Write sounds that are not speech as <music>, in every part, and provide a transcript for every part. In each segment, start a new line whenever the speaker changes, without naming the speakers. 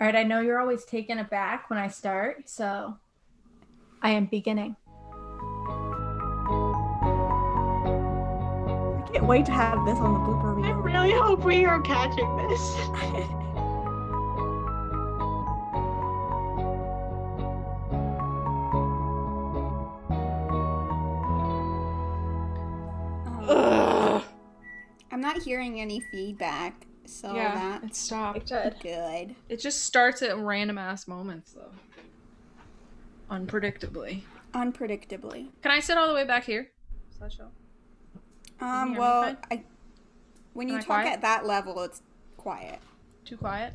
All right, I know you're always taken aback when I start, so I am beginning.
I can't wait to have this on the blooper
I
reel.
really hope we are catching this.
Ugh. I'm not hearing any feedback, so
yeah, it
that's
stopped.
Good.
good.
It just starts at random ass moments though. Unpredictably.
Unpredictably.
Can I sit all the way back here? Slideshow. you hear
Um,
me
well,
fine?
I when you
Am I
talk
quiet?
at that level, it's quiet.
Too quiet?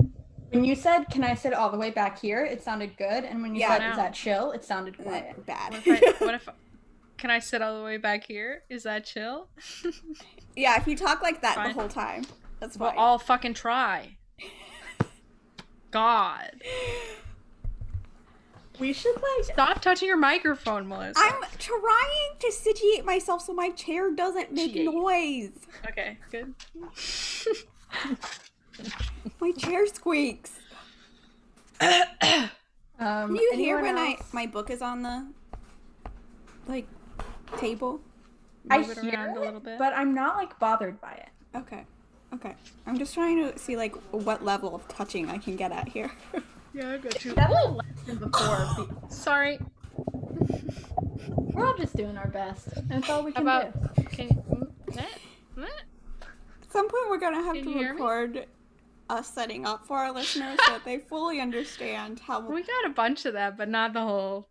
When you said, "Can I sit all the way back here?" it sounded good, and when you
Yeah.
said, "Is that chill?" it sounded
Uh,
quiet.
Bad.
What
<laughs>
if I, what if can I sit all the way back here? Is that chill?
yeah, if you talk like that
Fine.
the whole time, that's
Well,
fine.
I'll fucking try. God.
We should like
Stop touching your microphone, Melissa.
I'm trying to satiate myself so my chair doesn't make
Satiate.
noise.
Okay, good.
My chair squeaks.
um
Can you hear
anyone
when I
else?
my book is on the like table?
I
Move it
hear
around a
it,
little bit.
but I'm not like bothered by it.
Okay. Okay. I'm just trying to see like what level of touching I can get at here. <laughs>
Yeah, I got you.
That's a lesson before.
<coughs> Sorry.
We're all just doing our best. That's all we
How
can
about
do.
can you, eh, eh?
At some point we're gonna have
Can
to
you hear me?
record us setting up for our listeners so that they fully understand how
We got a bunch of that, but not the whole.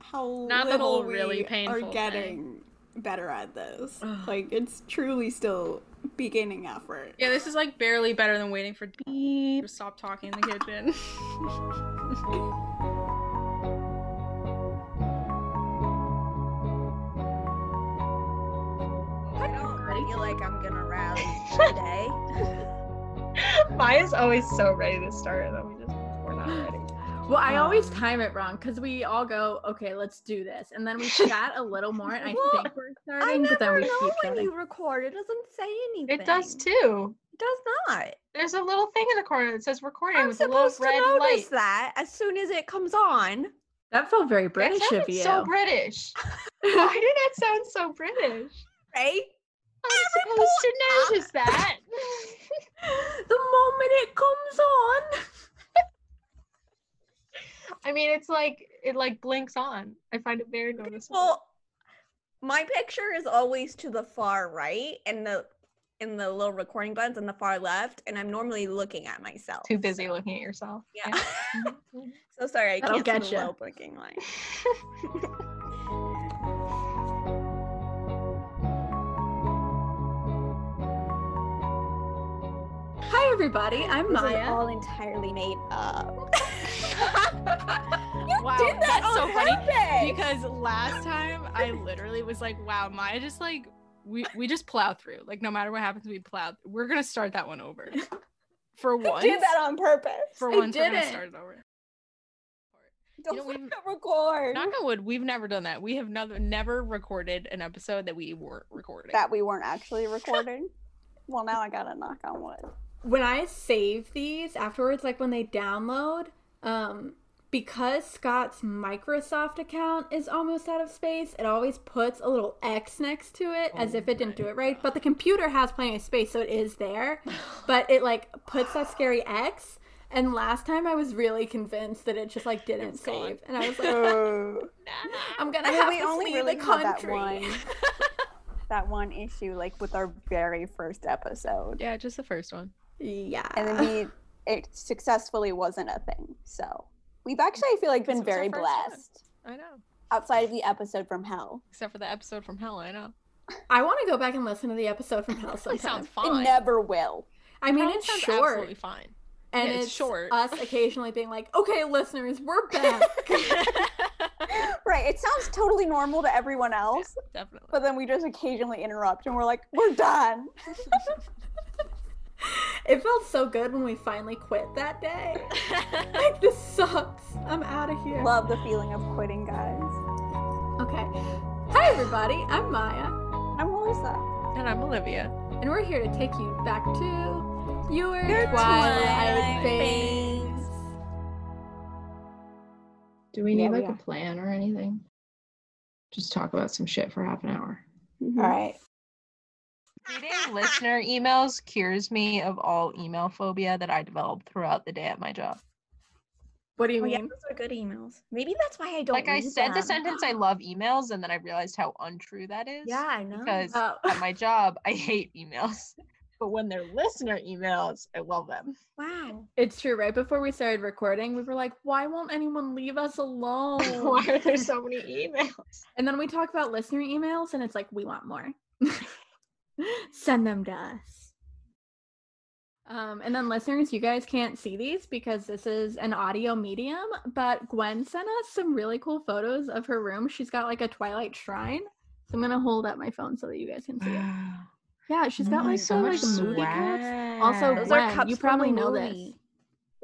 how
Not the
little
whole really
we
painful
are
thing.
getting better at this.
Ugh.
Like it's truly still beginning effort.
Yeah, this is like barely better than waiting for to stop talking in the kitchen.
I don't feel like I'm gonna rally today.
<laughs> Maya's always so ready to start, and then we just we're not ready.
Well, I always
Um,
time it wrong because we all go, "Okay, let's do this," and then we chat a little more, and I
Well,
think we're
I
starting, but then
never
we
know
keep
when
going.
you record. It doesn't say anything.
It does too.
It does not.
There's a little thing in the corner that says recording
I'm
with a little
supposed to
red
notice
light.
that as soon as it comes on.
That felt very
That
British of
sounded
you.
so <laughs> British. Why did that sound so British?
Right?
I'm supposed to notice <laughs> that.
The moment it comes on.
I mean, it's like it like blinks on. I find it very noticeable.
Well, my picture is always to the far right and the and the little recording button's on the far left, and I'm normally looking at myself.
Too busy looking at yourself.
Yeah. <laughs> so sorry, I
That'll
can't get
get
see the
ya.
low blinking line.
Hi, everybody. I'm
This is
Maya.
all entirely made <laughs>
<laughs>
up.
wow,
did that
that's so
on
funny
purpose.
<laughs> because last time I literally was like, "Wow, Maya just like we we just plow through. Like no matter what happens, we plow. We're gonna start that one over
<laughs>
for once.
Did that on purpose.
for
I
once, we're gonna
didn't.
start it over.
Don't
know,
forget
<laughs>
we've-
to record
Knock on wood, we've never done that. We have never never recorded an episode that we weren't recording.
That we weren't actually <laughs> recording. well now I gotta knock on wood.
when I save these afterwards, like when they download, um, because Scott's Microsoft account is almost out of space, it always puts a little X next to it as
Oh
if it didn't
my
do it right. But the computer has plenty of space, so it is there. but it like puts that scary X. And last time I was really convinced that it just like didn't
was gone.
save, and I was
<laughs>
like,
Oh.
I'm gonna
Yeah,
have
we
to
only
flee
really
the
had that
country.
one. that one issue like with our very first episode
yeah, just the first one.
yeah.
and then we it successfully wasn't a thing so we've actually i feel like
Because
been
it was our
very
first one.
blessed
I know.
outside of the episode from hell
Except for the episode from Hell, I know.
I want to go back and listen to the episode from Hell
Probably
sometime.
sounds fine.
it never will
I mean,
Probably
it's
sounds
short.
Absolutely fine.
and
Yeah,
it's,
it's short.
us occasionally being like, "Okay, listeners, we're back."
right it sounds totally normal to everyone else
Definitely.
but then we just occasionally interrupt and we're like we're done
it felt so good when we finally quit that day. like this sucks. I'm out of here.
love the feeling of quitting guys
okay. Hi everybody. I'm Maya,
i'm melissa
and I'm Olivia.
and we're here to take you back to your,
Your
twilight
twilight
phase.
<laughs> Do we
Yeah,
need
we
like a plan or anything? Just talk about some shit for half an hour.
All right.
Reading listener emails cures me of all email phobia that I developed throughout the day at my job.
What do you
Oh, yeah,
mean?
those are good emails. Maybe that's why I don't.
Like I
read
said, the
them.
sentence I love emails, and then I realized how untrue that is.
<gasps> Yeah, I know.
Because
Oh.
at my job, I hate emails. But when they're listener emails, I love <laughs> them.
wow.
It's true. Right before we started recording, we were like, why won't anyone leave us alone?
Why are there so many <sighs> emails?
and then we talk about listener emails, and it's like, we want more. <laughs> Send them to us. Um, and then, listeners, you guys can't see these because this is an audio medium, but Gwen sent us some really cool photos of her room. She's got like a Twilight shrine. So I'm going to hold up my phone so that you guys can see
<gasps>
it. Yeah, she's
Oh
got like so much movie cups. Also,
Those are
Gwen,
cups
you
from
probably
the
know this,
movie.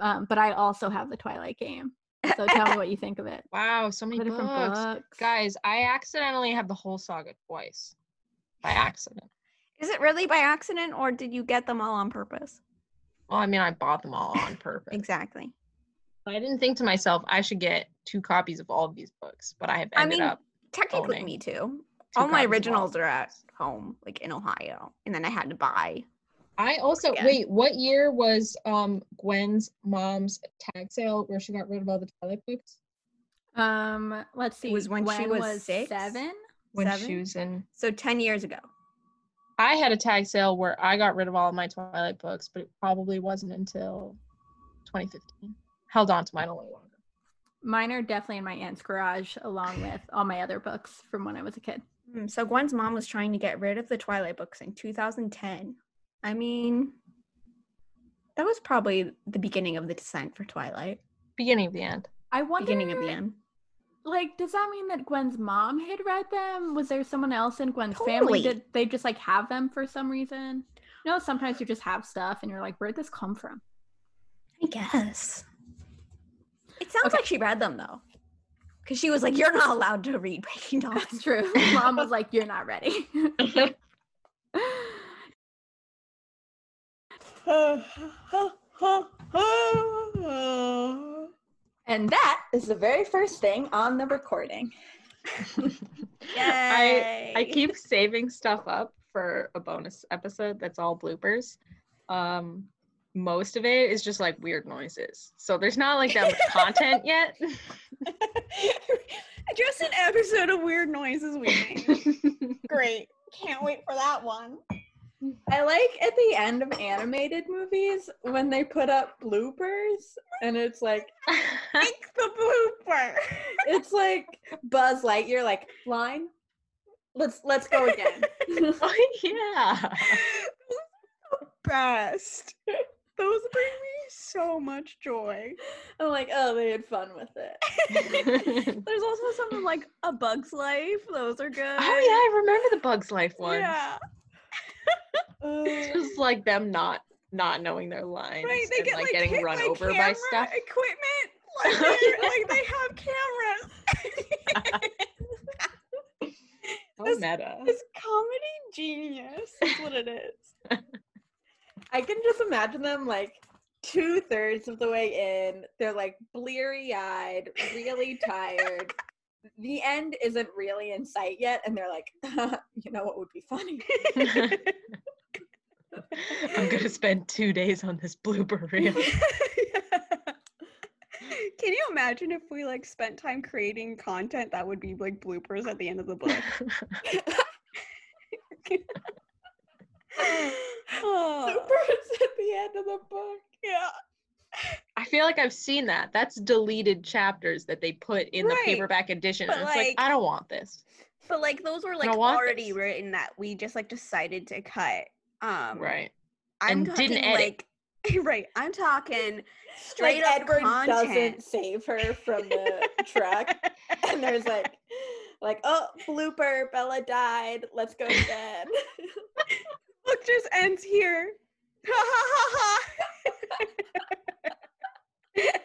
um, but I also have the Twilight game. So tell me what you think of
<laughs>
it.
Wow, so many
The different
books.
books.
Guys, I accidentally have the whole saga twice. By accident.
Is it really by accident or did you get them all on purpose?
Well, I mean, I bought them all on purpose.
Exactly.
But I didn't think to myself I should get two copies of all of these books, but I have
I
ended
mean,
up.
Technically,
Owning.
me too.
two
all my
copies of
originals
them.
are at home, like in Ohio, and then I had to buy.
I also
again.
wait. What year was um Gwen's mom's tag sale where she got rid of all the Twilight books?
Um, let's see.
It was when she
Gwen
was six?
seven.
When she
Seven?
was in
So ten years ago.
I had a tag sale where I got rid of all of my Twilight books, but it probably wasn't until 2015. Held on to mine a little longer.
Mine are definitely in my aunt's garage, along with all my other books from when I was a kid.
Mm, So Gwen's mom was trying to get rid of the Twilight books in 2010. I mean, that was probably the beginning of the descent for Twilight.
Beginning of the end.
I wonder,
Beginning of the end.
like, does that mean that Gwen's mom had read them? Was there someone else in Gwen's family?
Totally.
Did they just like have them for some reason? You know, sometimes you just have stuff, and you're like, where'd this come from?
I guess. It sounds
Okay.
like she read them though, because she was like, "You're not allowed to read
<laughs>
Waking Dawn."
That's true. Mom was like, "You're not ready."
<laughs>
and that is the very first thing on the recording.
I I
Yay.
keep saving stuff up for a bonus episode that's all bloopers. Um most of it is just like weird noises. So there's not like that much content
<laughs>
yet. <laughs>
Just an episode of weird noises we
<laughs>
made. Great. Can't wait for that one.
I like at the end of animated movies when they put up bloopers, and it's like
Pick the
<laughs>
blooper.
it's like Buzz Lightyear, like line. Let's let's go
<laughs>
again. <laughs>
oh yeah.
Best. Those bring me so much joy.
I'm like, oh, they had fun with it.
<laughs>
There's also something like A Bug's Life. Those are good.
Oh yeah, I remember Uh, the Bugs Life one.
Yeah.
<laughs>
It's just like them not not knowing their lines
Right, they
and
get
like,
like,
getting
hit
run
by
over by
camera
stuff. <laughs>
Equipment, like, they're- like they have cameras.
Oh,
this-
meta.
it's comedy genius. That's what it is.
I can just imagine them like two thirds of the way in. They're like bleary eyed, really tired. The end isn't really in sight yet, and they're
<laughs>
like, you know what would be funny?
<laughs> I'm gonna spend two days on this blooper reel.
Can you imagine if we like spent time creating content that would be like bloopers at the end of the
<laughs>
book? <laughs>
The
oh,
birds at the end of the book.
yeah.
I feel like I've seen that. That's deleted chapters that they put in
Right,
the paperback edition.
but,
and it's like,
like-
I don't want this.
But like those were like
don't want
already
this.
written that we just like decided to cut. Um
Right.
I'm
and didn't
talking,
edit.
like <laughs> right. I'm talking straight
Like,
up content.
doesn't save her from
<laughs>
the
<laughs>
truck, and there's like, like oh blooper, Bella died. Let's go to bed.
<laughs> Book just ends here. Ha ha ha ha.
<laughs>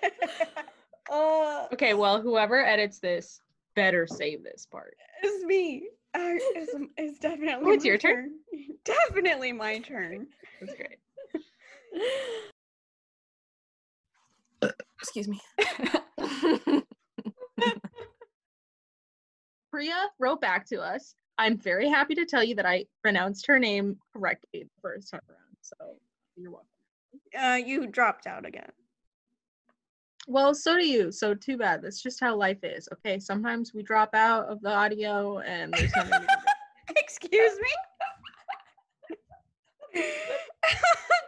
Uh,
Okay, well, whoever edits this better save this part.
It's me. Uh, it's, it's definitely.
it's
my
your turn?
turn. Definitely my turn.
That's
<laughs>
great.
Excuse me.
Priya wrote back to us. I'm very happy to tell you that I pronounced her name correctly the first time around. So you're welcome.
Uh, you dropped out
<laughs>
again.
Well, so do you. So too bad. That's just how life is. Okay. Sometimes we drop out of the audio and there's nothing we can do.
Excuse me.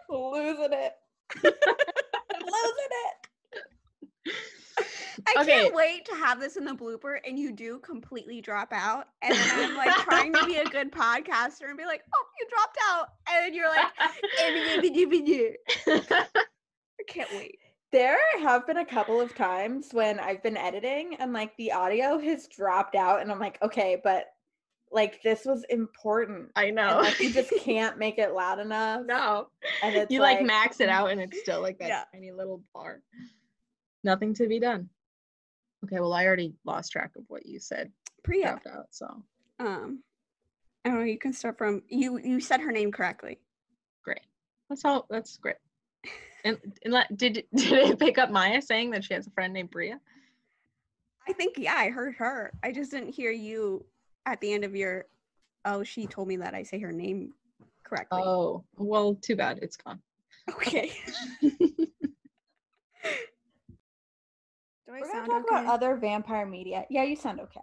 Losing it.
Losing it.
<laughs>
I
Okay.
can't wait to have this in the blooper, and you do completely drop out, and then I'm like trying to be a good podcaster and be like, "Oh, you dropped out," and then
<laughs>
you're like, "I can't wait."
There have been a couple of times when I've been editing and like the audio has dropped out, and I'm like, okay, but like this was important.
<laughs> I
And,
know.
like, you just can't make it loud enough.
<laughs> no.
And it's
You like, max it out and it's still like that
Yeah.
tiny little bar. Nothing to be done. Okay, well I already lost track of what you said.
Priya,
Dropped out, so
um, I don't know. You can start from you. You said her name correctly.
that's all that's great. And, and let- did <laughs> did it pick up Maya saying that she has a friend named Bria?
I think yeah, I heard her. I just didn't hear you at the end of your. Oh, she told me that I say her name correctly.
Oh, well, too bad. It's gone.
<laughs>
okay. Do I
We're gonna
sound
talk
okay?
about other vampire media. Yeah, you sound okay.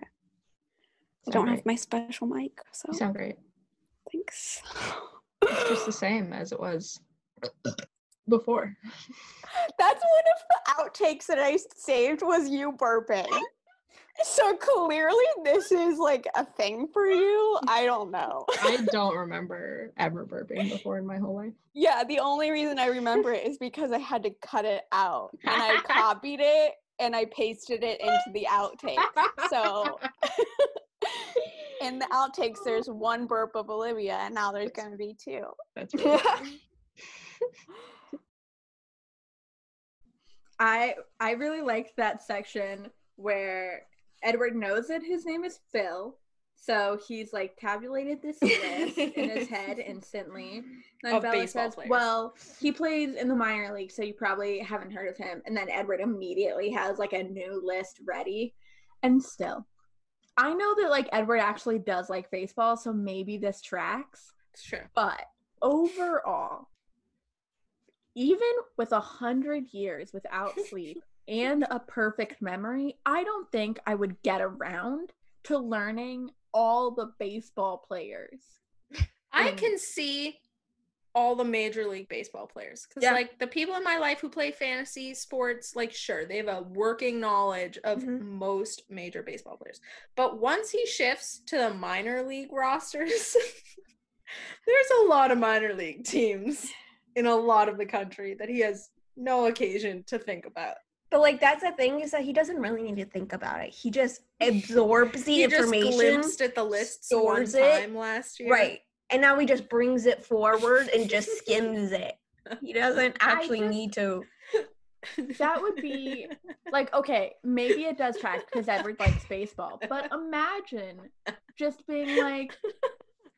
I don't have my special mic, so
You sound great.
thanks.
It's just the same as it
<laughs>
was before.
That's one of the outtakes that I saved was you <laughs> burping. So clearly this is like a thing for you. I don't know.
I don't remember ever burping before in my whole life.
Yeah, the only reason I remember it is because I had to cut it out and <laughs> I copied it and I pasted it into the outtakes. So in the outtakes there's one burp of Olivia and now there's going to be two.
<laughs>
<laughs>
That's really
I I really liked that section where Edward knows that his name is Phil, so he's like tabulated this list
<laughs>
in his head instantly. Then
Of
Bella
baseball
says,
players.
"Well, he plays in the minor league, so you probably haven't heard of him." And then Edward immediately has like a new list ready, and still. I know that like Edward actually does like baseball, so maybe this tracks.
It's true.
But overall, even with a hundred years without sleep and a perfect memory, I don't think I would get around to learning all the baseball players.
<laughs> I
Mm.
can see all the major league baseball players because
Yeah.
like the people in my life who play fantasy sports like sure they have a working knowledge of
Mm-hmm.
Mhm.
most major baseball players but once he shifts to the minor league rosters <laughs> there's a lot of minor league teams in a lot of the country that he has no occasion to think about
But like that's the thing is that he doesn't really need to think about it. <laughs> He just absorbs the
he just
information,
glimpsed at the lists one
stores it,
time last year <laughs>
right? And now he just brings it forward and just <laughs> skims it. He doesn't actually
just-
need to.
That would be
<laughs>
like okay, maybe it does track because Edward likes baseball, but imagine just being like,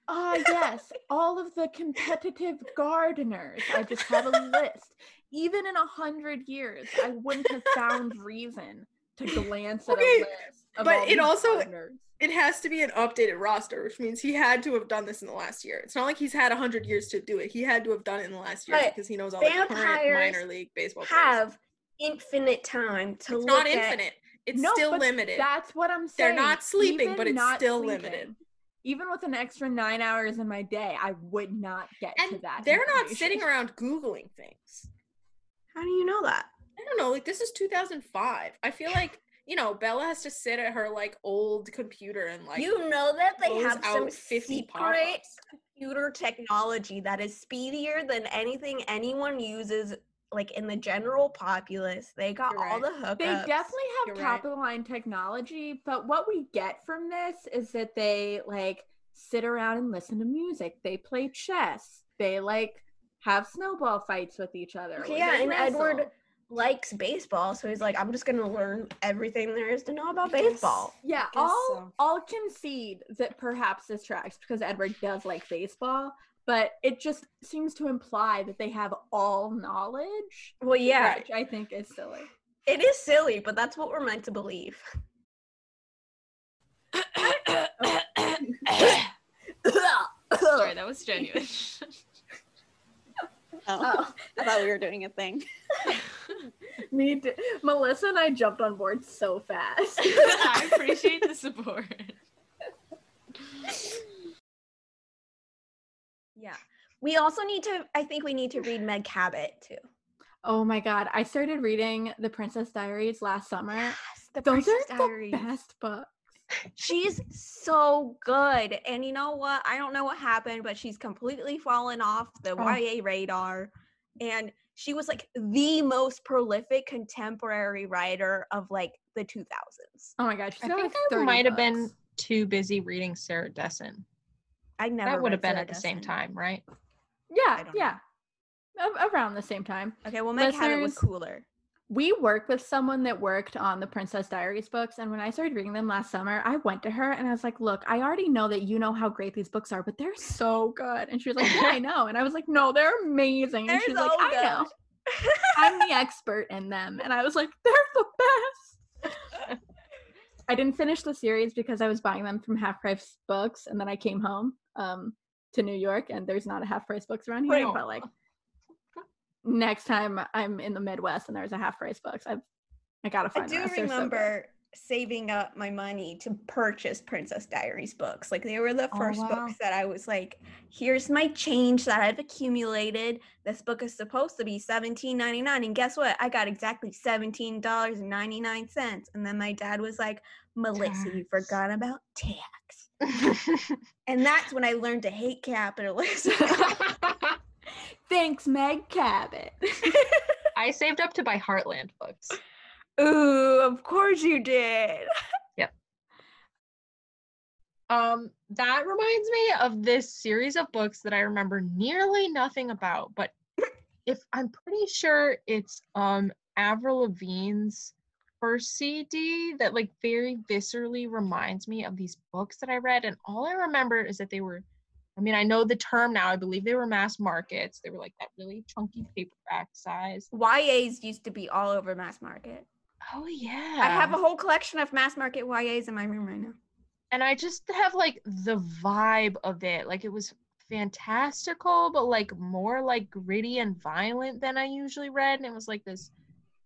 ah, yes, all of the competitive gardeners. I just have a list. Even in a hundred years, I wouldn't have found reason to glance at
Okay,
a list. Of
but
all
it
these
also-
gardeners.
it has to be an updated roster, which means he had to have done this in the last year. It's not like he's had hundred years to do it. He had to have done it in the last year
Mm. But
because he knows all the current
vampires
minor league baseball players.
Have infinite time to
It's
look
not
at.
infinite. It's
No,
still
but
limited.
That's what I'm
They're
saying.
not sleeping,
Even
but it's
not
still limited.
Even with an extra nine hours in my day, I would not get to
And
that.
they're not sitting
information.
around googling things.
How do you know that?
I don't know. Like this is 2005. I feel like you know Bella has to sit at her like old computer and like
you know that they
close
have some
out 50
secret
pop-ups.
computer technology that is speedier than anything anyone uses, like in the general populace. They got
You're
all
right.
the hookups.
They definitely have
You're right.
top of the line technology, but what we get from this is that they like sit around and listen to music. They play chess. They like have snowball fights with each other.
Okay,
or
yeah,
they
and Edward
wrestle.
likes baseball, so he's like, I'm just gonna learn everything there is to know about baseball.
Yeah,
guess
I'll
so.
I'll concede that perhaps this tracks because Edward does like baseball, but it just seems to imply that they have all knowledge,
Well, yeah,
which I think is silly.
<coughs>
it is silly, but that's what we're meant to believe.
Sorry, that
<laughs>
was genuine.
Oh, <laughs> I thought we were doing a thing.
<laughs> Me too. Melissa and I jumped on board so fast. <laughs>
I appreciate the support.
Yeah. We also need to, I think we need to read Meg Cabot too.
oh my god, I started reading The Princess Diaries last summer.
<gasps>
Those are the best books.
She's so good. And you know what? I don't know what happened, but she's completely fallen off the
Oh.
YA radar. And she was like the most prolific contemporary writer of like the 2000s.
Oh my god, she's
I
got
think
like
I
30
might have been
books.
too busy reading Sarah Dessen.
I never
That would have
read
been
Sarah
at the same
Dessen.
time, right? <laughs>
Yeah,
don't know.
yeah. A- around the same time.
Okay, well, Meg Cabot was
Listeners,
cooler.
we worked with someone that worked on the Princess Diaries books. And when I started reading them last summer, I went to her and I was like, Look, I already know that you know how great these books are, but they're so good. And she was like, Yeah,
<laughs>
I know. And I was like, No, they're amazing. And
They're
she's like,
so
I know. I'm the expert in them. And I was like, They're the best. <laughs> I didn't finish the series because I was buying them from half price books. And then I came home um, to New York and there's not a half price books around here.
Right.
But like, next time I'm in the Midwest and there's a half price books, I've I gotta find.
I
the
do
rest. They're so good.
remember saving up my money to purchase Princess Diaries books. Like they were the
Oh,
first
wow.
books that I was like, here's my change that I've accumulated. This book is supposed to be $17.99. And guess what? I got exactly $17.99. And then my dad was like, Melissa, you
Tax.
forgot about tax. And that's when I learned to hate capitalism.
Thanks, Meg Cabot. <laughs>
I saved up to buy Heartland books.
Ooh, of course you did.
Um, that reminds me of this series of books that I remember nearly nothing about, but if I'm pretty sure it's um Avril Lavigne's first CD that like very viscerally reminds me of these books that I read, and all I remember is that they were. I mean, I know the term now. I believe they were mass markets. They were like that really chunky paperback size.
YAs used to be all over mass market.
Oh yeah,
I have a whole collection of mass market YAs in my room right now.
and I just have like the vibe of it. Like it was fantastical, but like more like gritty and violent than I usually read. And it was like this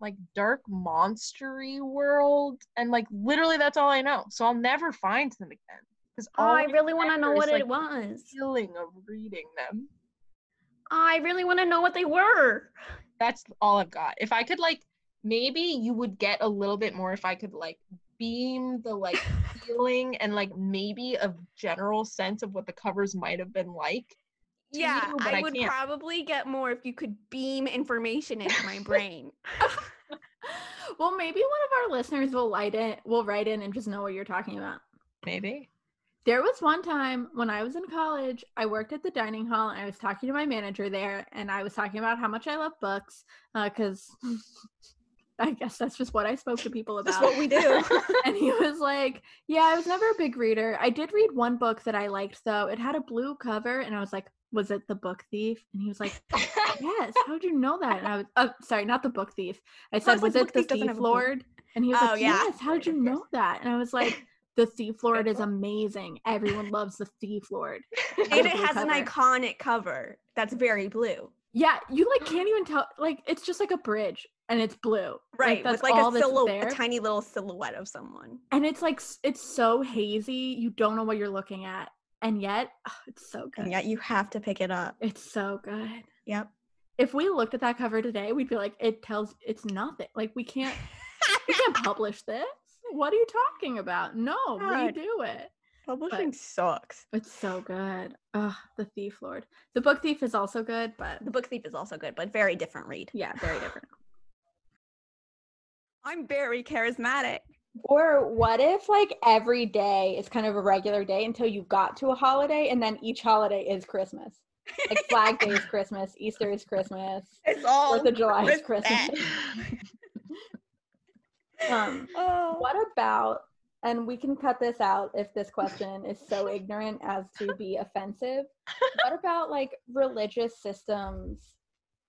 like dark monstery world. And like literally that's all I know. So I'll never find them again. Because
Oh, I really want to know what it
was.
was.
Feeling of reading them.
Oh, I really want to know what they were.
That's all I've got. If I could like maybe you would get a little bit more if I could like beam the like feeling and like maybe a general sense of what the covers might have been like. to
Yeah,
you, but
I
I
would
can't.
probably get more if you could beam information into <laughs> my brain.
<laughs> well, maybe one of our listeners will light it. Will write in and just know what you're talking about.
<laughs> Maybe.
There was one time when I was in college, I worked at the dining hall and I was talking to my manager there and I was talking about how much I love books because <laughs> I guess that's just what I spoke to people about.
That's what we do.
and he was like, Yeah, I was never a big reader. I did read one book that I liked though. It had a blue cover and I was like, Was it The Book Thief? And he was like, Yes, how'd you know that? And I was, oh, sorry, not The Book Thief. I said, Was
was like, Book
it The
Thief doesn't
Thief
have a book.
Lord? And he was
Oh,
like,
yeah.
Yes, how'd
Lord,
you
of
<laughs>
course.
know that? And I was like, the Thief Lord is
book.
amazing. Everyone loves the Thief Lord.
and
the
<laughs> it
blue
has an
cover.
iconic cover that's very blue.
Yeah, you like can't even tell. Like it's just like a bridge, and it's blue.
Right,
that's
with like
all
a
that's
silhouette,
there.
a tiny little silhouette of someone.
and it's like s- it's so hazy. You don't know what you're looking at, and yet ah, it's so good.
And yet you have to pick it up.
it's so good.
Yep.
If we looked at that cover today, we'd be like, it tells it's nothing. Like we can't we <laughs> can't publish this. What are you talking about? No,
God.
redo it.
Publishing sucks.
It's so good. Ugh, the Thief Lord. The Book Thief is also good, but
The Book Thief is also good, but very different read.
yeah, very different.
<laughs> I'm very charismatic.
Or what if like every day is kind of a regular day until you got to a holiday, and then each holiday is Christmas? Like Flag Day is <laughs> Christmas, Easter is Christmas,
It's all
Fourth of July is
Christmas.
Christmas.
<laughs>
Um,
Oh.
what about? And we can cut this out if this question is so ignorant as to be offensive. What about like religious systems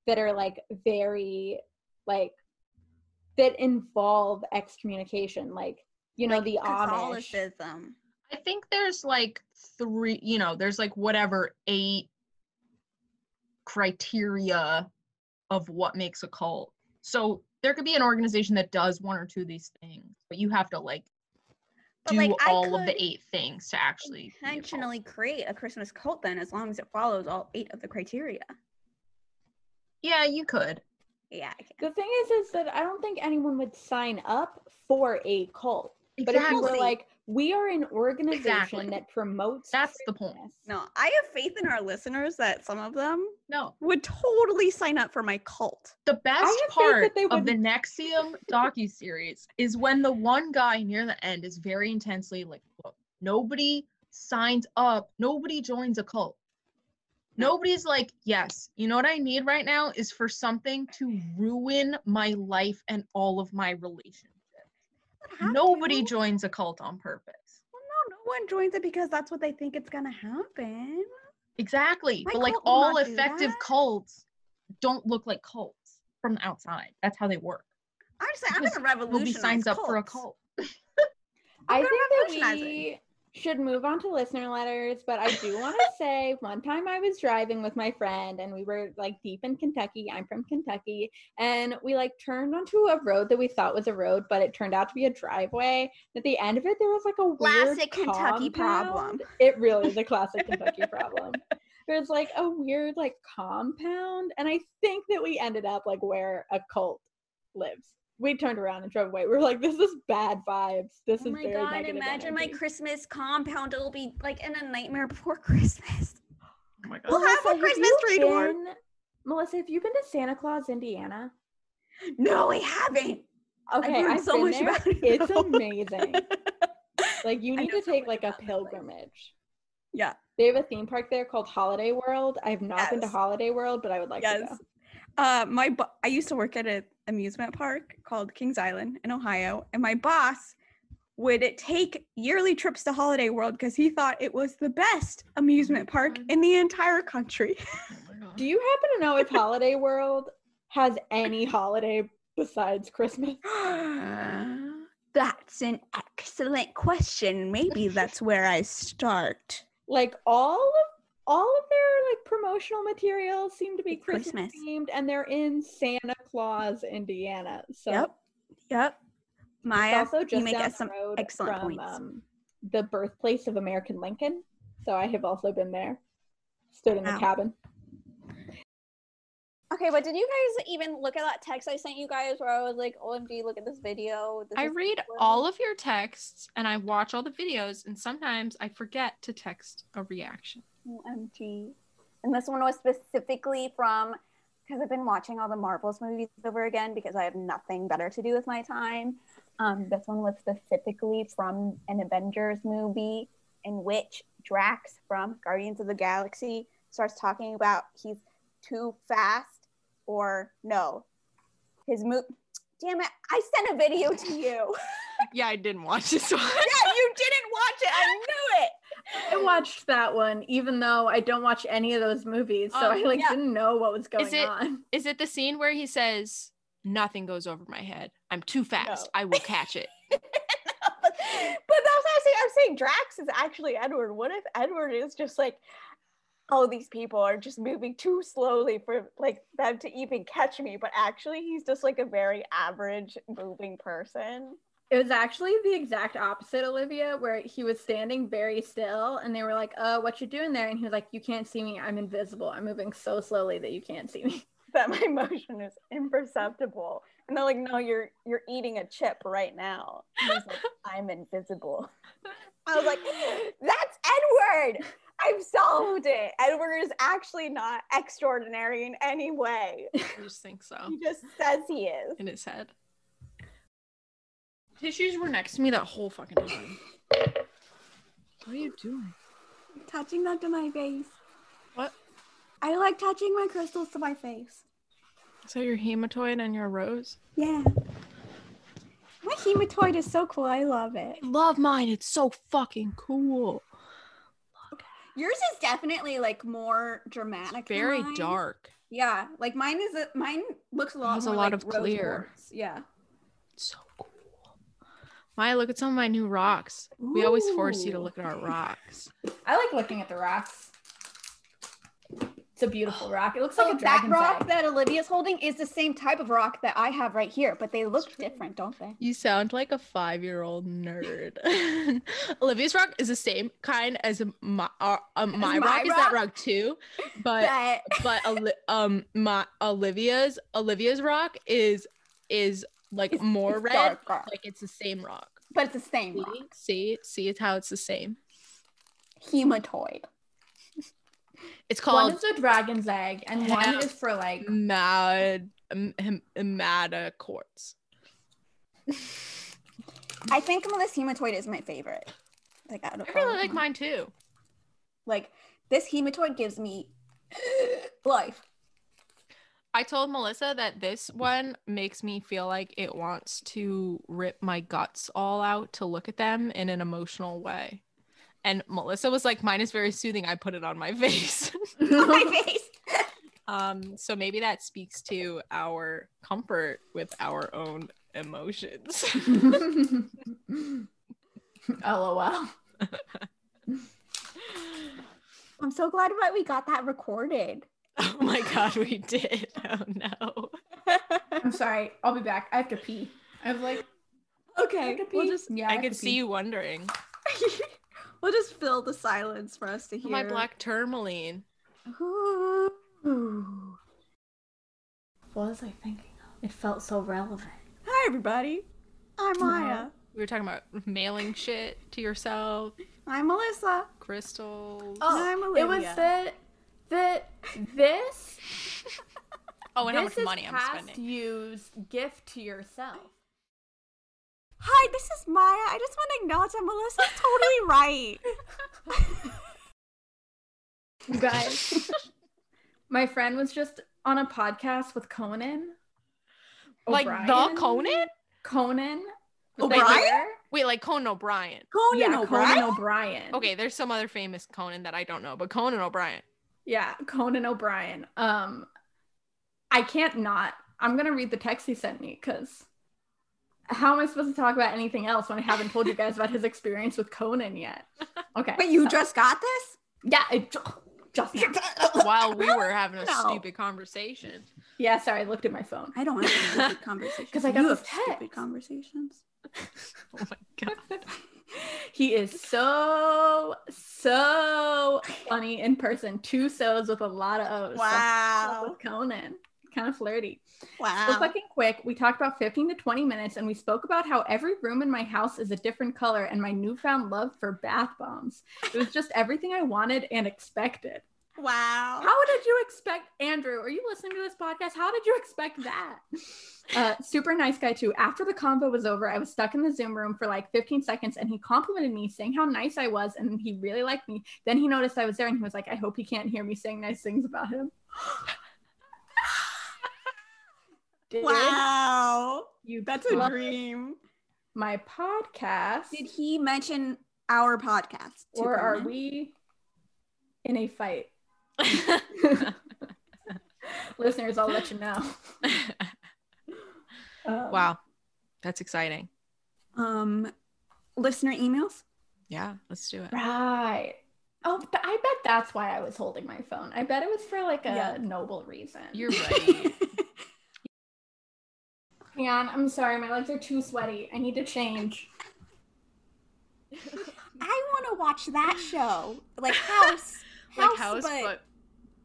that are like very like that involve excommunication, like you know the Amish.
Catholicism.
I think there's like three, you know, there's like whatever eight criteria of what makes a cult. So there could be an organization that does one or two of these things, but you have to like
But,
do
like, I
all of
could
the eight things to actually be a cult.
intentionally create a Christmas cult then as long as it follows all eight of the criteria.
Yeah, you could.
Yeah. I can-
The thing is, is that I don't think anyone would sign up for a cult. But if you were
Exactly.
like, we are an organization
Exactly.
that promotes
That's the point.
Christmas."
No, I have faith in our listeners that some of them
No,
would totally sign up for my cult.
the best
have faith that
part
they
<laughs>
of the Nexium docuseries is when the one guy near the end is very intensely like, look, nobody signs up, nobody joins a cult. Nobody's like, yes, you know what I need right now is for something to ruin my life and all of my relationships.
Doesn't have
Nobody
to.
joins a cult on purpose.
Well, no, no one joins it because that's what they think it's gonna happen.
Exactly.
My
but like
cult will
all
not do
effective
that.
cults don't look like cults from the outside. That's how they work.
I'm just saying, I'm
Because
gonna revolutionize
Nobody signs up for a
cults.
cult.
I
We're
think that
revolutionizing.
we should move on to listener letters, but I do
<laughs>
want to say one time I was driving with my friend and we were like deep in Kentucky. I'm from Kentucky. And we like turned onto a road that we thought was a road, but it turned out to be a driveway. At the end of it, there was like a weird
Classic Kentucky problem.
compound. It really is a classic Kentucky problem. There's like a weird like compound. And I think that we ended up like where a cult lives. We turned around and drove away. We were like, this is bad vibes. This
Oh
is
my
very
god,
negative
imagine my
energy."
Christmas compound. It'll be like in a nightmare before <laughs> Christmas.
Oh my god.
We'll have a
Melissa,
Christmas
you
tree door.
been- Melissa, have you been to Santa Claus, Indiana?
No, I haven't.
Okay,
heard
I've
so
been
much
there.
about it, <laughs>
It's
though.
amazing.
<laughs>
Like you
I
need
know
to
so
take
much
like a
about that place.
pilgrimage.
Yeah.
They have a theme park there called Holiday World. I've not been to
Yes.
Holiday World, but I would like to go.
<laughs> yes. Uh, my bo- I used to work at an amusement park called Kings Island in Ohio, and my boss would take yearly trips to Holiday World because he thought it was the best amusement park
Mm-hmm.
in the entire country. <gasps>
Do you happen to know if Holiday World has any holiday besides Christmas?
that's an excellent question. <laughs> Maybe that's where I start.
Like all of all of their like promotional materials seem to be
It's
Christmas,
Christmas.
themed, and they're in Santa Claus, Indiana. So
Yep. Yep.
It's
Maya,
also
you
just
make
down
us some
the road
excellent
from
points.
Um, the birthplace of American Lincoln. So I have also been there, stood in the
Wow.
cabin.
Okay, but did you guys even look at that text I sent you guys where I was like, OMG, look at this video? This
I
is
read
horrible."
<laughs> all of your texts and I watch all the videos, and sometimes I forget to text a reaction.
OMG. And this one was specifically from because I've been watching all the Marvels movies over again because I have nothing better to do with my time. Um, this one was specifically from an Avengers movie in which Drax from Guardians of the Galaxy starts talking about he's too fast or no. His move. Damn it, I sent a video to you.
<laughs> Yeah, I didn't watch this one.
yeah, you didn't watch it. I knew it.
I watched that one, even though I don't watch any of those movies, so
Oh,
I like
yeah.
didn't know what was going
it-
on.
Is it the scene where he says, Nothing goes over my head? I'm too fast. I will catch it.
but that's what I say. I'm saying Drax is actually Edward. What if Edward is just like, oh, these people are just moving too slowly for like them to even catch me, but actually he's just like a very average moving person.
It was actually the exact opposite, Olivia, where he was standing very still, and they were like, "Uh, what you doing there?" And he was like, "You can't see me. I'm invisible. I'm moving so slowly that you can't see me."
That my <laughs> motion is imperceptible. And they're like, no, you're you're eating a chip right now. And he's
<laughs>
like, I'm invisible. I was like, that's Edward. I've solved it. Edward is actually not extraordinary in any way.
<laughs> I just think so
He just says he is.
<laughs> in his head. Tissues were next to me that whole fucking time. What are you doing?
Touching that to my face.
What?
I like touching my crystals to my face.
So your hematoid and your rose?
Yeah. My hematoid is so cool. I love it.
Love mine. It's so fucking cool.
Yours is definitely like more dramatic.
It's
than
very
mine.
dark.
Yeah, like mine is a, mine looks a lot
has a
more
lot
like
of
rose
clear.
quartz. Yeah.
So cool. Maya, look at some of my new rocks. We always force you to look at our rocks.
<laughs> I like looking at the rocks. It's a <gasps> beautiful Oh, rock. It looks
So
like a
that
dragon's
rock
eye.
that Olivia's holding is the same type of rock that I have right here, but they look different, don't they?
You sound like a five-year-old nerd. <laughs> Olivia's rock is the same kind as my uh, uh,
my
my, rock is
rock?
that
<laughs>
rock too, but
But
but Oli- um my Olivia's Olivia's rock is is like
It's-
more
it's
red.
dark rock.
Like it's the same rock.
but it's the same
See,
rock.
see, see, it's how it's the same.
Hematoid.
It's
One is
called
a dragon's egg, and one
Yeah.
is for like
mad mad quartz.
I think this hematoid is my favorite. Like out of
I
all
really
of
like
them.
mine too.
Like this hematoid gives me life.
I told Melissa that this one makes me feel like it wants to rip my guts all out to look at them in an emotional way. And Melissa was like, mine is very soothing. I put it on my <laughs> face.
my face.
um, so maybe that speaks to our comfort with our own emotions. <laughs>
LOL.
I'm so glad that we got that recorded.
oh my God, we did. <laughs> Oh no.
I'm sorry. I'll be back. I have to pee. I was like,
Okay, we'll
pee.
just
yeah.
I
have
could
to
see
pee.
you wondering.
we'll just fill the silence for us to hear.
My black tourmaline.
Ooh. What was I thinking of? It felt so relevant.
Hi everybody, I'm Maya.
We were talking about mailing shit to yourself,
I'm Melissa.
crystals.
Oh,
I'm
it was
Olivia.
that that this
<laughs> Oh, and how
this
much
is
money I'm
past
spending.
use gift to yourself.
Hi, this is Maya. I just want to acknowledge that Melissa's
<laughs>
totally right.
<laughs> You guys, my friend was just on a podcast with Conan.
Like the
O'Brien?
Conan?
Conan with the
O'Brien?
hair.
Wait, like Conan O'Brien.
Conan
yeah,
O'Brien.
Conan O'Brien.
Okay, there's some other famous Conan that I don't know, but Conan O'Brien.
Yeah, Conan O'Brien. Um, I can't not. I'm gonna read the text he sent me because how am I supposed to talk about anything else when I haven't told you guys about his experience with Conan
<laughs>
yet? Okay.
Wait, you
so-
just got this?
Yeah, it ju- just
<laughs>
now.
While we were having a
No.
stupid conversation.
Yeah, sorry, I looked at my phone.
I don't have stupid
<laughs>
conversations.
'Cause I got
you
this
have stupid
text.
conversations.
Oh my god.
<laughs> He is so so funny in person. Two so's with a lot of o's. So up
Wow.
with Conan. Kind of flirty. So
Wow.
fucking quick, we talked about 15 to 20 minutes and we spoke about how every room in my house is a different color and my newfound love for bath bombs. It was just everything I wanted and expected.
wow.
How did you expect, Andrew? Are you listening to this podcast? How did you expect that? Uh, super nice guy, too. After the convo was over, I was stuck in the Zoom room for like 15 seconds and he complimented me, saying how nice I was and he really liked me. Then he noticed I was there and he was like, I hope he can't hear me saying nice things about him. <gasps> Did
wow.
You
That's a
plug
dream.
My podcast.
Did he mention our podcast? to
or are
Conan?
we in a fight? Listeners, I'll let you know. Um,
wow. That's exciting.
Um, listener emails?
Yeah, let's do it.
Right. Oh, but I bet that's why I was holding my phone. I bet it was for like a
Yeah.
noble reason. <laughs>
You're right.
Hang on, I'm sorry, my legs are too sweaty. I need to change.
I want to watch that show,
<laughs>
like House,
like
House,
house,
but,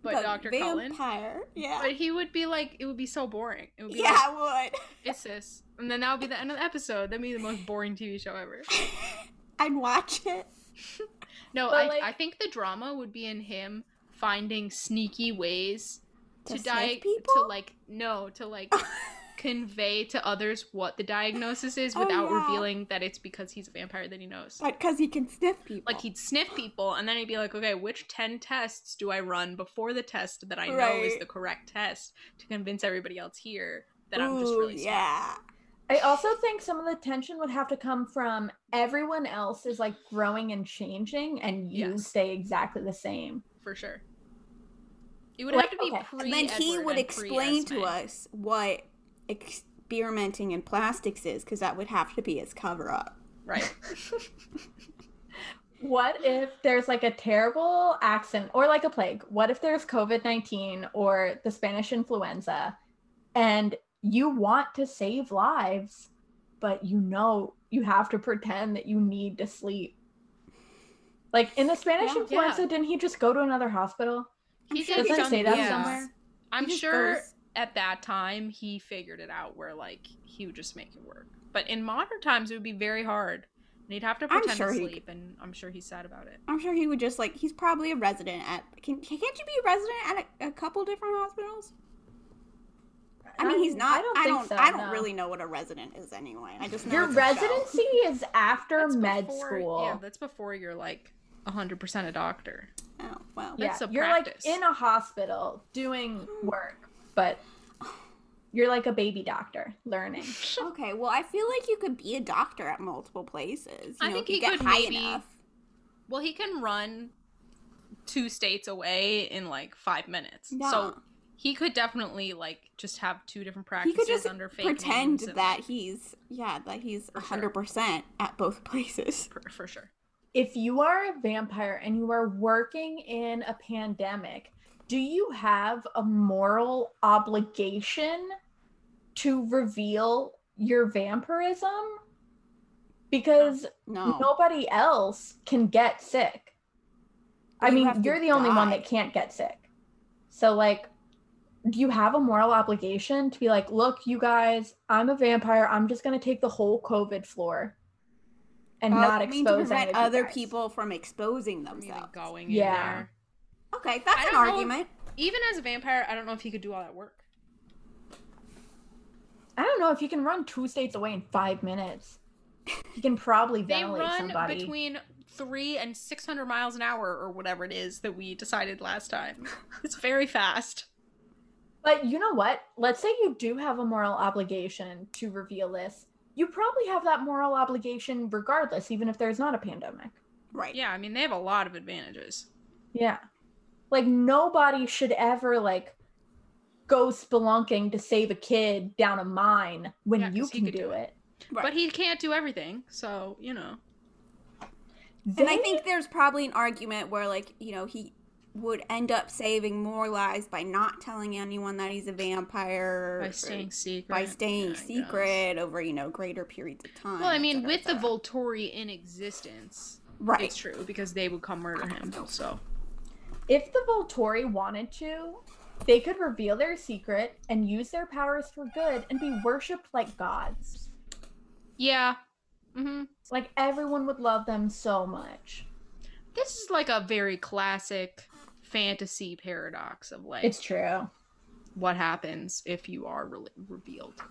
but but, Dr. Cullen.
vampire. Yeah,
But he would be like, it would be so boring. It would be
yeah,
like,
I would.
it's this. And then that would be the end of the episode. That'd be the most boring TV show ever.
<laughs> I'd watch it.
No,
But,
I,
like-
I think the drama would be in him finding sneaky ways to,
save
die
people?
to like no to like convey to others what the diagnosis is
Oh,
without
yeah.
revealing that it's because he's a vampire that he knows.
but because he can sniff people.
Like he'd sniff people and then he'd be like, okay, which ten tests do I run before the test that I know is
Right.
the correct test to convince everybody else here that I'm just
Ooh,
really smart.
yeah.
I also think some of the tension would have to come from everyone else is like growing and changing, and you
Yes.
stay exactly the same.
for sure. It would
Like,
have to be
okay.
pre.
And then he
Edward
would
and
explain to
pre-Esme.
us what experimenting in plastics is, because that would have to be his cover up.
Right.
What if there's like a terrible accident or like a plague? What if there's COVID 19 or the Spanish influenza and you want to save lives, but you know you have to pretend that you need to sleep? Like in the Spanish
Yeah.
influenza,
Yeah.
didn't he just go to another hospital?
He
Doesn't
did
it say that
yeah.
somewhere?
I'm
He just
sure
goes-
at that time he figured it out where like he would just make it work. But in modern times it would be very hard. And he'd have to
I'm
pretend
sure
to
he-
sleep and I'm sure he's sad about it.
I'm sure he would just like he's probably a resident at can can't you be a resident at a, a couple different hospitals? I mean, he's not. I don't. I
Um, think
don't,
so,
I don't
no.
really know what a resident is anyway. I just know
Your
it's a show.
residency is after
That's
med
before-
school.
Yeah, that's before you're like 100% a doctor.
Oh well.
Yeah,
That's a
you're
practice. Hmm.
like in a hospital doing work, but you're like a baby doctor learning.
Okay. Well, I feel like you could be a doctor at multiple places.
I
You know,
think
if you
he
get
could
high
maybe-
enough.
Well, he can run two states away in like 5 minutes.
Yeah.
So he could definitely like just have two different
he
practices
could just
under fake
pretend
names and,
that
like,
he's yeah that he's
sure.
100 percent at both <laughs> places.
for, for sure.
if you are a vampire and you are working in a pandemic, do you have a moral obligation to reveal your vampirism? Because
No.
nobody else can get sick. I
You
mean,
have to
you're the only one
die.
that can't get sick. So, like, do you have a moral obligation to be like, look, you guys, I'm a vampire. I'm just going to take the whole COVID floor and
Oh,
not
you mean
expose
to
any
prevent
of you
other
guys."
people from exposing
Really
themselves.
going
Yeah.
in there.
Okay, that's
I
an
don't know if-
argument.
Even as a vampire, I don't know if he could do all that work.
I don't know if you can run two states away in five minutes. You can probably
They
ventilate
run
somebody.
between three and six hundred miles an hour, or whatever it is that we decided last
<laughs>
time. It's very fast.
But you know what? Let's say you do have a moral obligation to reveal this. You probably have that moral obligation regardless, even if there's not a pandemic.
Right.
Yeah, I mean they have a lot of advantages.
Yeah. Like nobody should ever like go spelunking to save a kid down a mine when
Yeah,
you
'cause he
can do,
could do
it.
Right.
But he can't do everything, so you know.
And I
They-
think there's probably an argument where, like, you know, he would end up saving more lives by not telling anyone that he's a vampire,
By
or
staying secret.
by staying
Yeah, I guess.
secret over you know greater periods of time.
Well, I
et
mean,
cetera,
with
et
the
cetera.
Volturi in existence, it's
right?
true because they would come murder him. So
if the Volturi wanted to, they could reveal their secret and use their powers for good and be worshipped like gods.
yeah. hmm
Like everyone would love them so much.
This is like a very classic fantasy paradox of like
It's true.
what happens if you are re- revealed.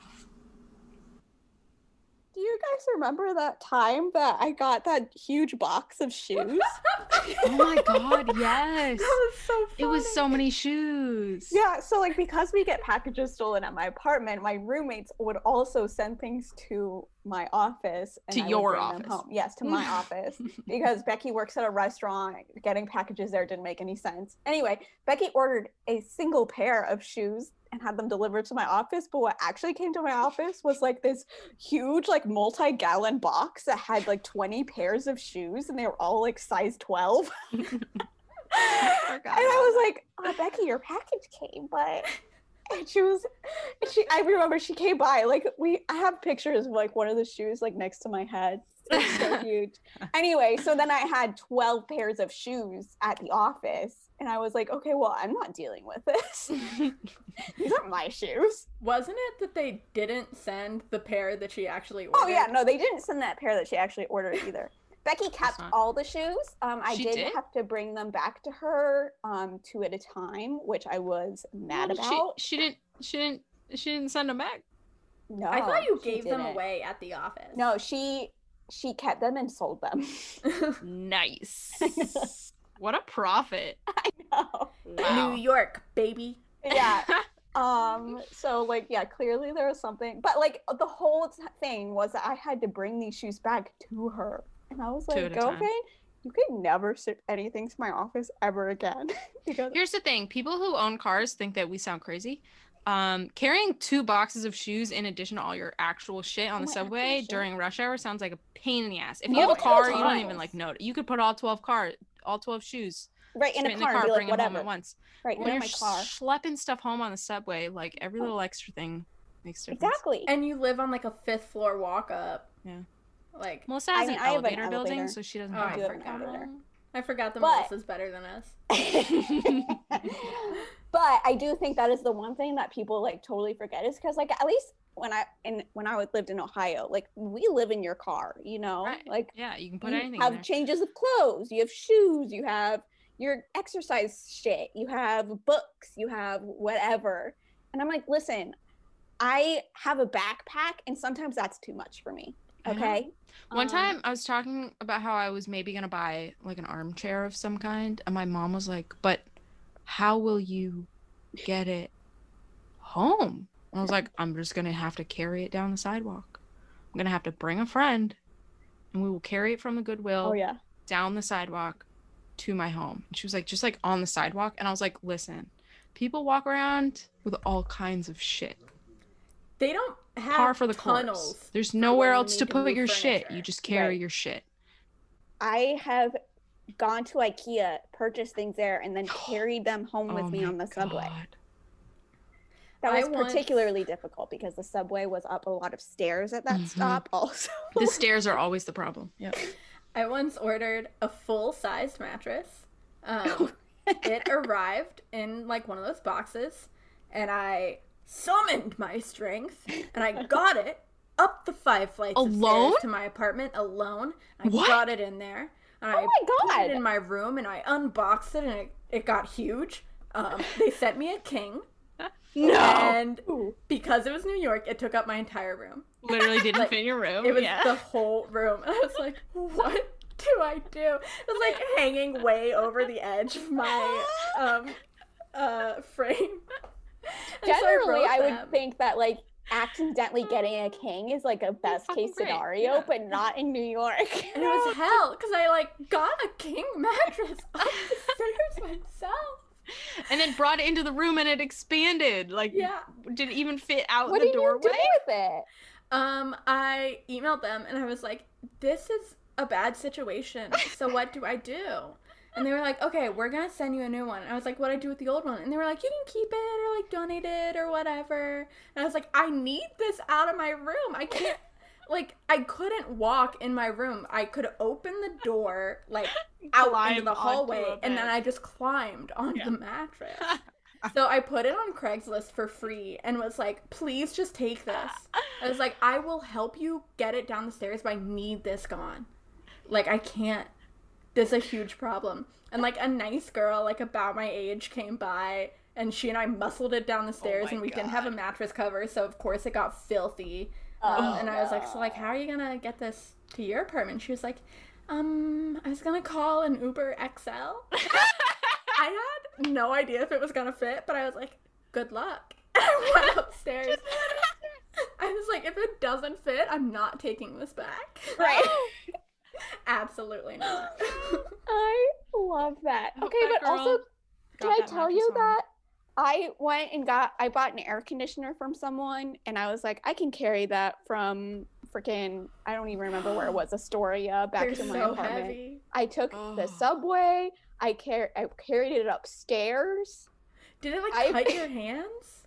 Do you guys remember that time that I got that huge box of
<laughs>
shoes?
Oh my god,
<laughs>
<laughs> yes.
was so
It was so many shoes.
Yeah, so like because we get packages stolen at my apartment, my roommates would also send things to my office.
To
I would
your
bring them
office.
Home. Yes, to
<laughs>
my office. Because Becky works at a restaurant. Getting packages there didn't make any sense. Anyway, Becky ordered a single pair of shoes and had them delivered to my office. But what actually came to my office was like this huge, like multi gallon box that had like 20 pairs of shoes and they were all like size <laughs> 12. and
forgot about
I was like, oh, Becky, your package came, but. <laughs> And she was, and she. I remember she came by. Like we, I have pictures of like one of the shoes like next to my head. It was so huge. Anyway, so then I had twelve pairs of shoes at the office, and I was like, okay, well, I'm not dealing with this. <laughs> These aren't my shoes.
Wasn't it that they didn't send the pair that she actually ordered?
Oh yeah, no, they didn't send that pair that she actually ordered either. Becky kept
not-
all the shoes. Um, I
She
did,
did?
have to bring them back to her, um, two at a time, which I was mad about.
She, she didn't she didn't she didn't send them back.
No,
I thought you
she
gave them
didn't.
away at the office. <laughs>
No, she she kept them and sold them. <laughs>
<laughs> Nice. what a profit. <laughs>
No.
New York, baby.
yeah. Um. So like, yeah, clearly there was something, but like the whole t- thing was that I had to bring these shoes back to her, and I was
Two
like,
at a time.
okay, you can never ship anything to my office ever again <laughs> because
Here's the thing: people who own cars think that we sound crazy. Um, carrying two boxes of shoes in addition to all your actual shit
Oh
on the subway during rush hour sounds like a pain in the ass. If you have a
Multiple
car, you don't even
times.
like note. You could put all twelve car, all twelve shoes
Right in
straight
a car, and be
bring
like,
them home
whatever.
at once.
Right,
When
you're in
you're
my car.
schlepping stuff home on the subway, like every little extra thing makes a difference.
Exactly.
<laughs>
And you live on like a fifth floor walk up.
Yeah.
Like
Melissa
I
has
mean,
an
I have an
elevator building,
elevator.
so she doesn't
Oh,
have
I
a
do have
an
problem.
elevator.
I forgot that
But-
Melissa's better than us.
<laughs> but I do think that is the one thing that people like totally forget is because like at least when I and when I would- lived in Ohio, like we live in your car, you know,
Right.
like
Yeah, you can put
you
anything in
have
there.
changes of clothes, you have shoes, you have your exercise shit, you have books, you have whatever. And I'm like, listen, I have a backpack, and sometimes that's too much for me.
I know.
Okay.
One
Um,
time I was talking about how I was maybe gonna buy like an armchair of some kind, and my mom was like, But how will you get it home? And I was like, I'm just gonna have to carry it down the sidewalk. I'm gonna have to bring a friend and we will carry it from the Goodwill
Oh yeah.
down the sidewalk to my home. And she was like, just like on the sidewalk. And I was like, listen, people walk around with all kinds of shit.
They don't have
Par for the
tunnels.
course. There's
when
nowhere
you
else
need
to
to
put
move
your shit. You
furniture.
just carry
Right.
your shit.
I have gone to IKEA, purchased things there,
<gasps>
and then carried them home with
Oh
me
my
on the subway.
God.
That
I
was
once-
particularly difficult because the subway was up a lot of stairs at that
Mm-hmm.
Mhm.
stop. Also,
The stairs are always the problem. Yep.
I once ordered a full sized mattress. Um, it arrived in like one of those boxes, and I summoned my strength and I got it up the five flights of stairs
Alone?
to my apartment alone. I
What?
got it in there. And
<laughs>
I
Oh my
put it
God.
in my room and I unboxed it and it, it got huge. Um, they sent me a king, and because it was New York, it took up my entire room.
Literally
<laughs>
didn't
Like,
fit in your
Oh,
room.
It was
yeah.
the whole room. And I was like, what do I do? It was like hanging way over the edge of
<laughs>
my um uh frame. And so
generally,
wrote
I
them.
would think that like accidentally getting a king
<laughs>
is like a best case
fucking great,
scenario,
yeah.
but not in New York.
And it
<laughs>
was hell because I like got a king <laughs> mattress up the stairs myself.
And then brought it into the room and it expanded. Like,
Yeah.
did it even fit out
what
the
do you
doorway?
do with it?
Um, I emailed them and I was like, this is a bad situation. So what do I do? And they were like, okay, we're gonna send you a new one. And I was like, what do I do with the old one? And they were like, you can keep it or like donate it or whatever. And I was like, I need this out of my room. I
<laughs>
can't, like, I couldn't walk in my room. I could open the door,
<laughs>
like, out into
Climb
the
onto
hallway,
a
and then
bed.
I just climbed onto
<laughs>
the mattress. So I put it on Craigslist for free and was like, please just take this. I was like, I will help you get it down the stairs, but I need this gone. Like, I can't. This is a huge problem. And like a nice girl, like about my age, came by and she and I muscled it
Oh
down the stairs
my
and we didn't have a mattress cover, so of course it got filthy.
Oh
Um, and I was like, so like, how are you gonna get this to your apartment? And she was like, um, I was gonna call an Uber
<laughs>
XL. I had no idea if it was gonna fit, but I was like, good luck. <laughs> I went upstairs. <laughs> I was like, if it doesn't fit, I'm not taking this back.
Right.
<laughs> Absolutely not.
I love that.
I hope
Okay,
that
but also,
girl
did
got
I
that
tell you
mattress home.
that I went and got I bought an air conditioner from someone, and I was like, I can carry that from freaking I don't even remember
<gasps>
where it was Astoria back
They're
to my
so
apartment.
heavy.
I took
Oh.
the subway. I car- I carried it upstairs.
Did it like
I-
cut
<laughs>
your hands?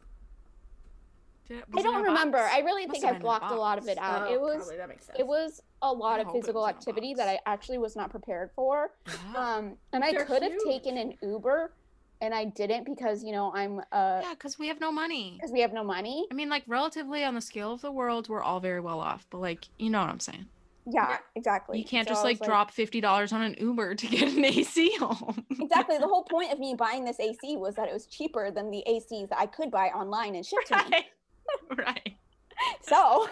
Did it-
I
was it in
don't
a
remember.
box?
I really
Must
think
have
I
been in a
blocked a, lot of it
box.
out.
Oh,
it was
probably that makes sense.
it was a lot
I
of
hope it
physical
was in a
activity
box.
that I actually was not prepared for. <laughs>
Yeah.
Um, and I
They're
could have
huge.
taken an Uber, and I didn't because you know I'm uh
Yeah, because we have no money.
because we have no money.
I mean, like, relatively on the scale of the world, we're all very well off, but like, you know what I'm saying.
Yeah, exactly.
You can't
So
just
I was <laughs>
like, drop $50 on an Uber to get an AC home. <laughs>
Exactly. The whole point of me buying this AC was that it was cheaper than the ACs that I could buy online and ship to me.
right. right. <laughs>
So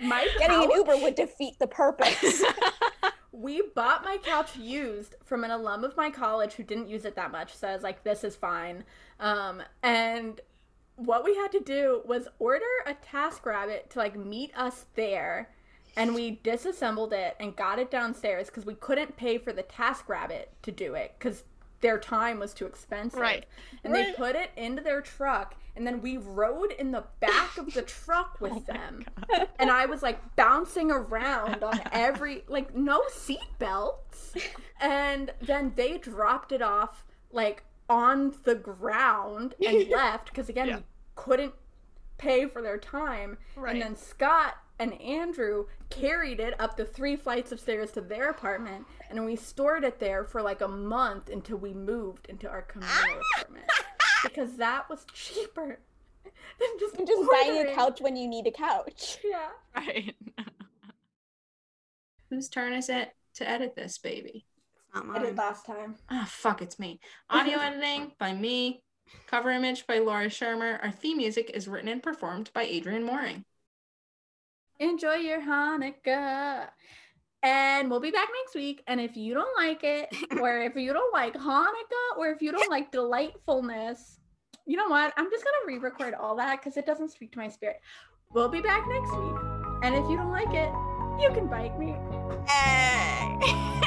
my
getting an
couch-
Uber would defeat the
<laughs>
purpose. <laughs>
We bought my couch used from an alum of my college who didn't use it that much. So I was like, this is fine. Um, and what we had to do was order a TaskRabbit to like meet us there. And we disassembled it and got it downstairs because we couldn't pay for the TaskRabbit to do it because their time was too expensive.
Right.
And they put it into their truck, and then we rode in the back of the truck
<laughs> Oh
with them. And I was like bouncing around on every, like, no seat belts. And then they dropped it off, like, on the ground
<laughs>
and left because, again, we couldn't pay for their time.
Right.
And then Scott and Andrew carried it up the three flights of stairs to their apartment, and we stored it there for like a month until we moved into our
Ah!
communal apartment because that was cheaper <laughs> than just,
I'm just buying a
ordering.
couch when you need a couch.
Yeah.
Right.
Whose turn is it to edit this baby?
Not
I
mine.
did last time.
Ah, fuck, it's me. Audio editing by me. Cover image by Laura Shermer. Our theme music is written and performed by Adrian Mooring.
Enjoy your Hanukkah. And we'll be back next week. And if you don't like <laughs> it, or if you don't like Hanukkah, or if you don't like delightfulness, you know what? I'm just going to re record all that because it doesn't speak to my spirit. We'll be <laughs> back next week. And if you don't like it, you can bite me.
Hey.